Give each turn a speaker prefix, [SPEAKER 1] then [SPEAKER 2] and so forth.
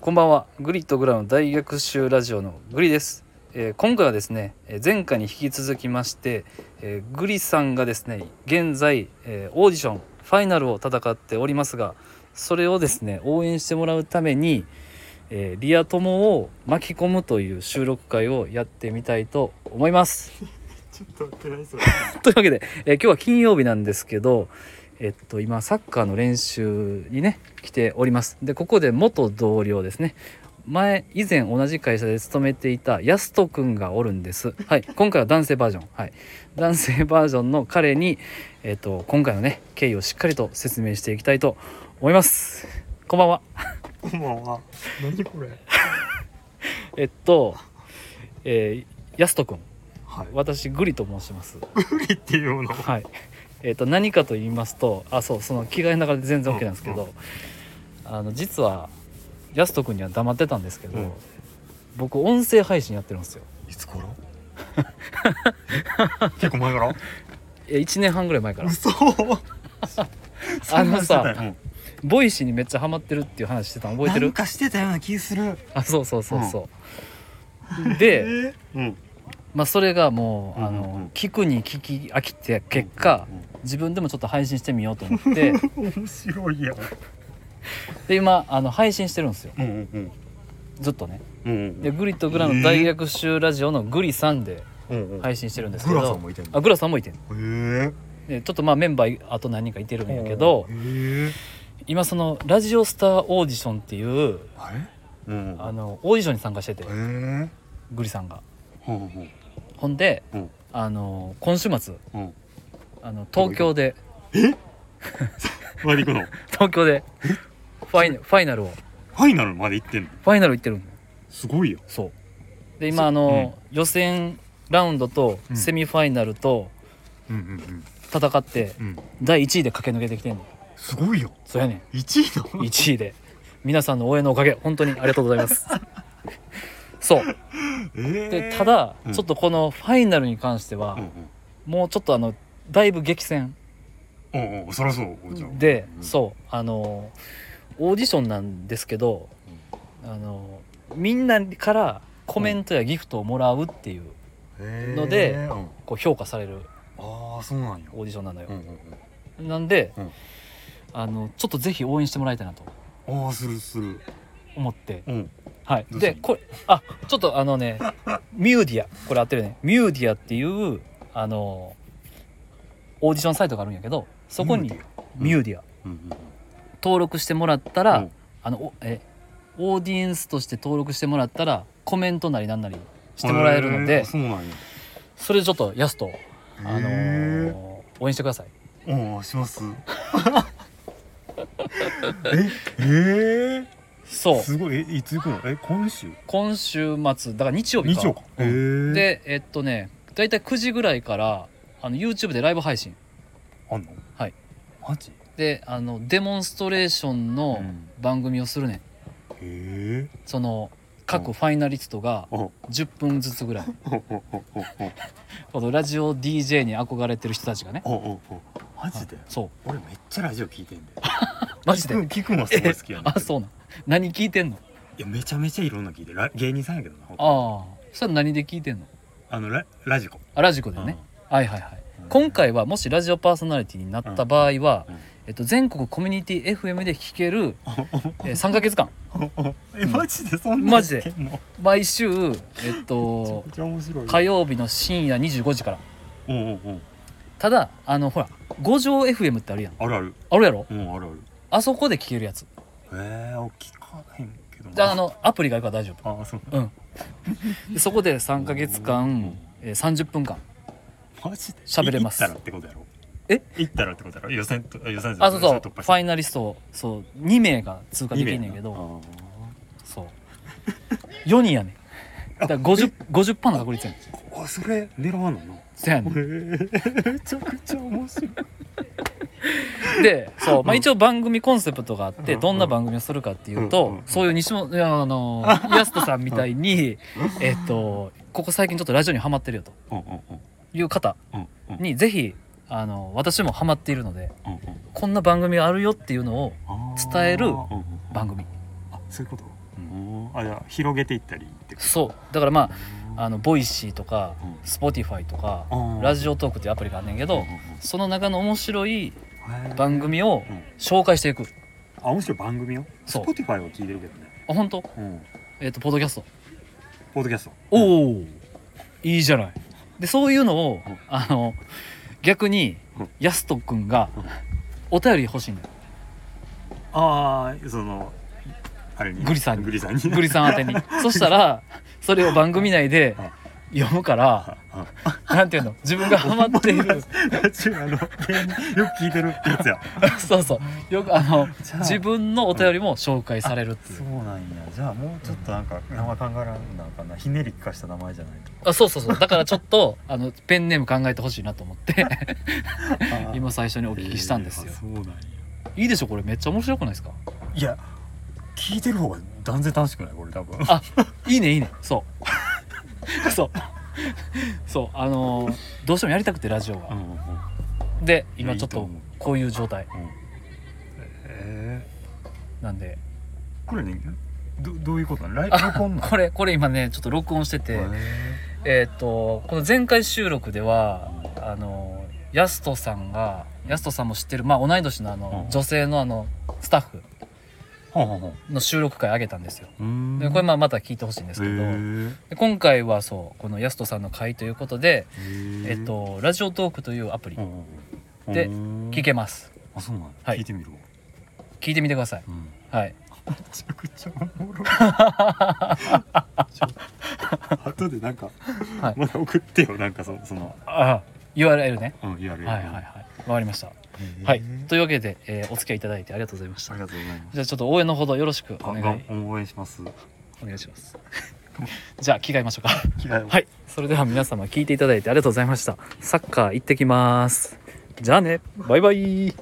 [SPEAKER 1] こんばんはグリッドグラの大学習ラジオのグリです、えー今回はですねえー前回に引き続きまして、えーグリさんがですね現在、えーオーディションファイナルを戦っておりますがそれをですね応援してもらうために、えーリア友を巻き込むという収録会をやってみたいと思います
[SPEAKER 2] ちょっと待ってないそれ。
[SPEAKER 1] というわけで、えー今日は金曜日なんですけど、えっと、今サッカーの練習にね来ておりますでここで元同僚ですね前以前同じ会社で勤めていたやすとくんがおるんです、はい、今回は男性バージョン、はい、男性バージョンの彼に、えっと、今回のね経緯をしっかりと説明していきたいと思いますこんばんは
[SPEAKER 2] こんばんは。何これ。
[SPEAKER 1] えっと、えー、やすとくん
[SPEAKER 2] はい。
[SPEAKER 1] 私グリと申します
[SPEAKER 2] 無理っていうの。
[SPEAKER 1] はい。えっ、と何かと言いますと、あそうその着替えの中で全然 OK なんですけど、
[SPEAKER 2] うん
[SPEAKER 1] あの実はやすと君には黙ってたんですけど、
[SPEAKER 2] うん
[SPEAKER 1] 僕音声配信やってるんですよ。
[SPEAKER 2] いつ頃？ え結構前から。
[SPEAKER 1] え一年半ぐらい前から。
[SPEAKER 2] 嘘。
[SPEAKER 1] あの
[SPEAKER 2] そんな
[SPEAKER 1] さ
[SPEAKER 2] んしてたよ
[SPEAKER 1] ボイシーにめっちゃハマってるっていう話してたの覚えて
[SPEAKER 2] なん
[SPEAKER 1] る？
[SPEAKER 2] かしてたような気する。
[SPEAKER 1] あそうそうそうそう。
[SPEAKER 2] え
[SPEAKER 1] で、
[SPEAKER 2] うん。
[SPEAKER 1] まあそれがもうあの、
[SPEAKER 2] うんうんうん
[SPEAKER 1] 聞くに聞き飽きて結果、自分でもちょっと配信してみようと思 って、
[SPEAKER 2] うん。うん面白いやん。
[SPEAKER 1] で今あの配信してるんですよ。
[SPEAKER 2] うんうん
[SPEAKER 1] ずっとね。
[SPEAKER 2] うん。うん
[SPEAKER 1] でグリとグラの大学習ラジオのグリさんで。
[SPEAKER 2] うんうん。い。
[SPEAKER 1] 配信してるんですけ
[SPEAKER 2] グラさん
[SPEAKER 1] ど
[SPEAKER 2] もいてんの
[SPEAKER 1] あグラさんもいてん
[SPEAKER 2] えー
[SPEAKER 1] でちょっとまあメンバーあと何人かいてるんやけど
[SPEAKER 2] えー
[SPEAKER 1] 今そのラジオスターオーディションっていう
[SPEAKER 2] あれ？うん
[SPEAKER 1] あのオーディションに参加してて
[SPEAKER 2] えー
[SPEAKER 1] グリさんが
[SPEAKER 2] うんうん
[SPEAKER 1] ほんで
[SPEAKER 2] うん
[SPEAKER 1] あの今週末
[SPEAKER 2] うん。
[SPEAKER 1] あの東京で
[SPEAKER 2] まで行くの。
[SPEAKER 1] 東京でファイナファイナルをフ
[SPEAKER 2] ファイナルまで行ってんの。
[SPEAKER 1] ァイナル行ってるの
[SPEAKER 2] すごいよ。
[SPEAKER 1] そうで今あの、予選ラウンドと
[SPEAKER 2] うん
[SPEAKER 1] セミファイナルと
[SPEAKER 2] うんうん
[SPEAKER 1] 戦って
[SPEAKER 2] うんうん。
[SPEAKER 1] 第1位で駆け抜けてきてんの
[SPEAKER 2] すごいよ。
[SPEAKER 1] そうやねん
[SPEAKER 2] 一位の。
[SPEAKER 1] 1位で皆さんの応援のおかげ本当にありがとうございますそうで
[SPEAKER 2] で
[SPEAKER 1] た、だ、
[SPEAKER 2] うん
[SPEAKER 1] ちょっとこのファイナルに関しては、
[SPEAKER 2] うん
[SPEAKER 1] もうちょっとあのだいぶ激戦
[SPEAKER 2] うん、おうおうそりゃそうじゃん
[SPEAKER 1] で、
[SPEAKER 2] うん
[SPEAKER 1] そうあのオーディションなんですけど、あのみんなからコメントやギフトをもらうっていう,、
[SPEAKER 2] へー
[SPEAKER 1] ので
[SPEAKER 2] うん
[SPEAKER 1] こう評価される
[SPEAKER 2] ああそうなんよ
[SPEAKER 1] オーディションなのよ
[SPEAKER 2] うん、うん
[SPEAKER 1] なんで、
[SPEAKER 2] うん
[SPEAKER 1] あのちょっとぜひ応援してもらいたいなと
[SPEAKER 2] うんああするする
[SPEAKER 1] 思って
[SPEAKER 2] うん
[SPEAKER 1] はい、
[SPEAKER 2] どうした
[SPEAKER 1] でこれあちょっとあのねミューディアこれ合ってるねミューディアっていうあのオーディションサイトがあるんやけどそこに
[SPEAKER 2] ミューデ
[SPEAKER 1] ミューディア
[SPEAKER 2] うんうん
[SPEAKER 1] 登録してもらったら、
[SPEAKER 2] うん
[SPEAKER 1] あのおえオーディエンスとして登録してもらったらコメントなりなんなりしてもらえるの
[SPEAKER 2] へー
[SPEAKER 1] で
[SPEAKER 2] あそうなんや
[SPEAKER 1] それでちょっとやすと、あの
[SPEAKER 2] へー
[SPEAKER 1] 応援してください
[SPEAKER 2] おうし ますええ
[SPEAKER 1] そ
[SPEAKER 2] ー、
[SPEAKER 1] う
[SPEAKER 2] すごいえいつ行くのえ今週
[SPEAKER 1] 今週末だから日曜日
[SPEAKER 2] 日
[SPEAKER 1] か
[SPEAKER 2] 曜かへえー、
[SPEAKER 1] でえっとね大体9時ぐらいからあの YouTube でライブ配信
[SPEAKER 2] あんの
[SPEAKER 1] はい
[SPEAKER 2] マジ
[SPEAKER 1] であのデモンストレーションの
[SPEAKER 2] うん
[SPEAKER 1] 番組をするねん、
[SPEAKER 2] へえ
[SPEAKER 1] その
[SPEAKER 2] う
[SPEAKER 1] 各
[SPEAKER 2] ん
[SPEAKER 1] ファイナリストが
[SPEAKER 2] おう
[SPEAKER 1] 10分ずつぐらい
[SPEAKER 2] おうおうおうおう
[SPEAKER 1] このラジオ DJ に憧れてる人たちがね
[SPEAKER 2] おうおうおうマジで
[SPEAKER 1] そう
[SPEAKER 2] 俺めっちゃラジオ聞いてんだよ
[SPEAKER 1] マジで
[SPEAKER 2] 聞く聞くの すごい好きやねん
[SPEAKER 1] あそうなん何聞いてんの
[SPEAKER 2] いやめちゃめちゃいろんな聞いてるラ芸人さんやけどなほんと
[SPEAKER 1] ああそれ何で聞いてんの
[SPEAKER 2] あのララジコ
[SPEAKER 1] あラジコでね、はいはいはい
[SPEAKER 2] うん
[SPEAKER 1] 今回はもしラジオパーソナリティになった場合は、
[SPEAKER 2] うんうん
[SPEAKER 1] えっと、全国コミュニティ FM で聴ける、えー、3ヶ月間
[SPEAKER 2] えマジでそんな
[SPEAKER 1] マジで
[SPEAKER 2] やってんの
[SPEAKER 1] 毎週、えっ
[SPEAKER 2] め ちゃ
[SPEAKER 1] と
[SPEAKER 2] く、ちゃ面白い
[SPEAKER 1] 火曜日の深夜25時から
[SPEAKER 2] うんうんうん
[SPEAKER 1] ただあのほら五条 FM ってあるやん
[SPEAKER 2] あるある
[SPEAKER 1] あるやろ
[SPEAKER 2] うんあるある
[SPEAKER 1] あそこで聞けるやつ
[SPEAKER 2] えー、聞かへんけどな
[SPEAKER 1] じゃああのアプリがあるから大丈
[SPEAKER 2] あそう
[SPEAKER 1] 夫うんでそこで3ヶ月間、えー、30分間
[SPEAKER 2] マジで
[SPEAKER 1] 喋れます
[SPEAKER 2] 行ったらってことやろ
[SPEAKER 1] え
[SPEAKER 2] 行ったらってことやろ予選と予選
[SPEAKER 1] あそうそう
[SPEAKER 2] れ
[SPEAKER 1] フ
[SPEAKER 2] 突破して
[SPEAKER 1] ァイナリストをそう2名が通過できんねんけど
[SPEAKER 2] ど
[SPEAKER 1] そう4人やねんだ から50 50%の確率やねん
[SPEAKER 2] あそれ狙わんのなへ
[SPEAKER 1] そやねん
[SPEAKER 2] えめちゃくちゃ面白い
[SPEAKER 1] でそう、まあ、
[SPEAKER 2] うん
[SPEAKER 1] 一応番組コンセプトがあって
[SPEAKER 2] うん
[SPEAKER 1] どんな番組をするかっていう
[SPEAKER 2] うん
[SPEAKER 1] と
[SPEAKER 2] うん
[SPEAKER 1] そういう西本いやあ のやすとさんみたいにえっとここ最近ちょっとラジオにハマってるよと
[SPEAKER 2] うんうんうん
[SPEAKER 1] いう方
[SPEAKER 2] うんうん
[SPEAKER 1] にぜひあの私もハマっているので
[SPEAKER 2] うんうん
[SPEAKER 1] こんな番組があるよっていうのを
[SPEAKER 2] あー
[SPEAKER 1] 伝える
[SPEAKER 2] うんうん
[SPEAKER 1] 番組
[SPEAKER 2] あそういうことうんあじゃあ広げていったりってこと
[SPEAKER 1] そうだからまああのボイシーとか
[SPEAKER 2] うん
[SPEAKER 1] スポティファイとか
[SPEAKER 2] うん
[SPEAKER 1] ラジオトークっていうアプリがあんねんけ
[SPEAKER 2] うん
[SPEAKER 1] ど
[SPEAKER 2] うん
[SPEAKER 1] その中の面白い
[SPEAKER 2] うんへー
[SPEAKER 1] 番組を
[SPEAKER 2] うん
[SPEAKER 1] 紹介していく
[SPEAKER 2] あ面白い番組を
[SPEAKER 1] そう
[SPEAKER 2] Spotify は聞いてるけどね、
[SPEAKER 1] あ本当
[SPEAKER 2] うん、
[SPEAKER 1] えっ、とポッドキャスト
[SPEAKER 2] ポッドキャストうん
[SPEAKER 1] おおいいじゃないでそういうのを
[SPEAKER 2] うん
[SPEAKER 1] あの逆に
[SPEAKER 2] うん
[SPEAKER 1] やすとくんが
[SPEAKER 2] うん
[SPEAKER 1] お便り欲しいんだよ
[SPEAKER 2] ああそのあれに
[SPEAKER 1] グリさんに
[SPEAKER 2] グリさんに
[SPEAKER 1] グリさん宛てにそしたらそれを番組内で読むから
[SPEAKER 2] ああ
[SPEAKER 1] なんていうの自分 がハマって いる
[SPEAKER 2] ラジオあのよく聞いてるってやつや
[SPEAKER 1] そうそうよくあの
[SPEAKER 2] じゃあ
[SPEAKER 1] 自分のお便りも紹介されるっていう
[SPEAKER 2] そうなんやじゃあもうちょっとなんか名前考えらんなあかんなひねり聞かした名前じゃないと
[SPEAKER 1] あそうそうそうだからちょっとあのペンネーム考えてほしいなと思って 今最初にお聞きしたんですよ
[SPEAKER 2] えーあそうなんや
[SPEAKER 1] いいでしょこれめっちゃ面白くないですか
[SPEAKER 2] いや聞いてる方が断然楽しくないこれ多分
[SPEAKER 1] あいいねいいねそうそう そうあのーどうしてもやりたくてラジオ
[SPEAKER 2] う
[SPEAKER 1] が
[SPEAKER 2] んうんうん
[SPEAKER 1] で
[SPEAKER 2] いや
[SPEAKER 1] 今
[SPEAKER 2] いい
[SPEAKER 1] ちょっ
[SPEAKER 2] と
[SPEAKER 1] と
[SPEAKER 2] 思う
[SPEAKER 1] こういう状態
[SPEAKER 2] え
[SPEAKER 1] なんで
[SPEAKER 2] ー、これねどどういうことなのライ
[SPEAKER 1] あ
[SPEAKER 2] 録音なの
[SPEAKER 1] これこれ今ねちょっと録音しててえーっとこの前回収録ではあのーやすとさんがやすとさんも知ってるまあ同い年のあの
[SPEAKER 2] うん
[SPEAKER 1] 女性のあのスタッフ
[SPEAKER 2] ほんほんほん
[SPEAKER 1] の収録会あげたんですよ
[SPEAKER 2] うーん
[SPEAKER 1] でこれまあまた聞いてほしいんですけど、
[SPEAKER 2] へー
[SPEAKER 1] で今回はそうこのやすとさんの会ということで、
[SPEAKER 2] へー
[SPEAKER 1] えっと、ラジオトークというアプリ
[SPEAKER 2] うんうんうん
[SPEAKER 1] で
[SPEAKER 2] うーん
[SPEAKER 1] 聞けます
[SPEAKER 2] あそうなんや
[SPEAKER 1] はい
[SPEAKER 2] 聞いてみるわ
[SPEAKER 1] 聞いてみてください
[SPEAKER 2] うん
[SPEAKER 1] はい
[SPEAKER 2] めちゃくちゃおもろいちょ 後でなんか、
[SPEAKER 1] はい
[SPEAKER 2] まだ送ってよなんかそその、
[SPEAKER 1] ああ URL ね
[SPEAKER 2] うん、やる
[SPEAKER 1] はいはいはいわかりました、はいというわけで、えーお付き合いいただいてありがとうございました
[SPEAKER 2] ありがとうございます
[SPEAKER 1] じゃあちょっと応援のほどよろしく
[SPEAKER 2] あ
[SPEAKER 1] お願い
[SPEAKER 2] が応援します
[SPEAKER 1] お願いします じゃあ着替えましょうか
[SPEAKER 2] 嫌いは
[SPEAKER 1] はいそれでは皆様聞いていただいてありがとうございましたサッカー行ってきますじゃあねバイバイ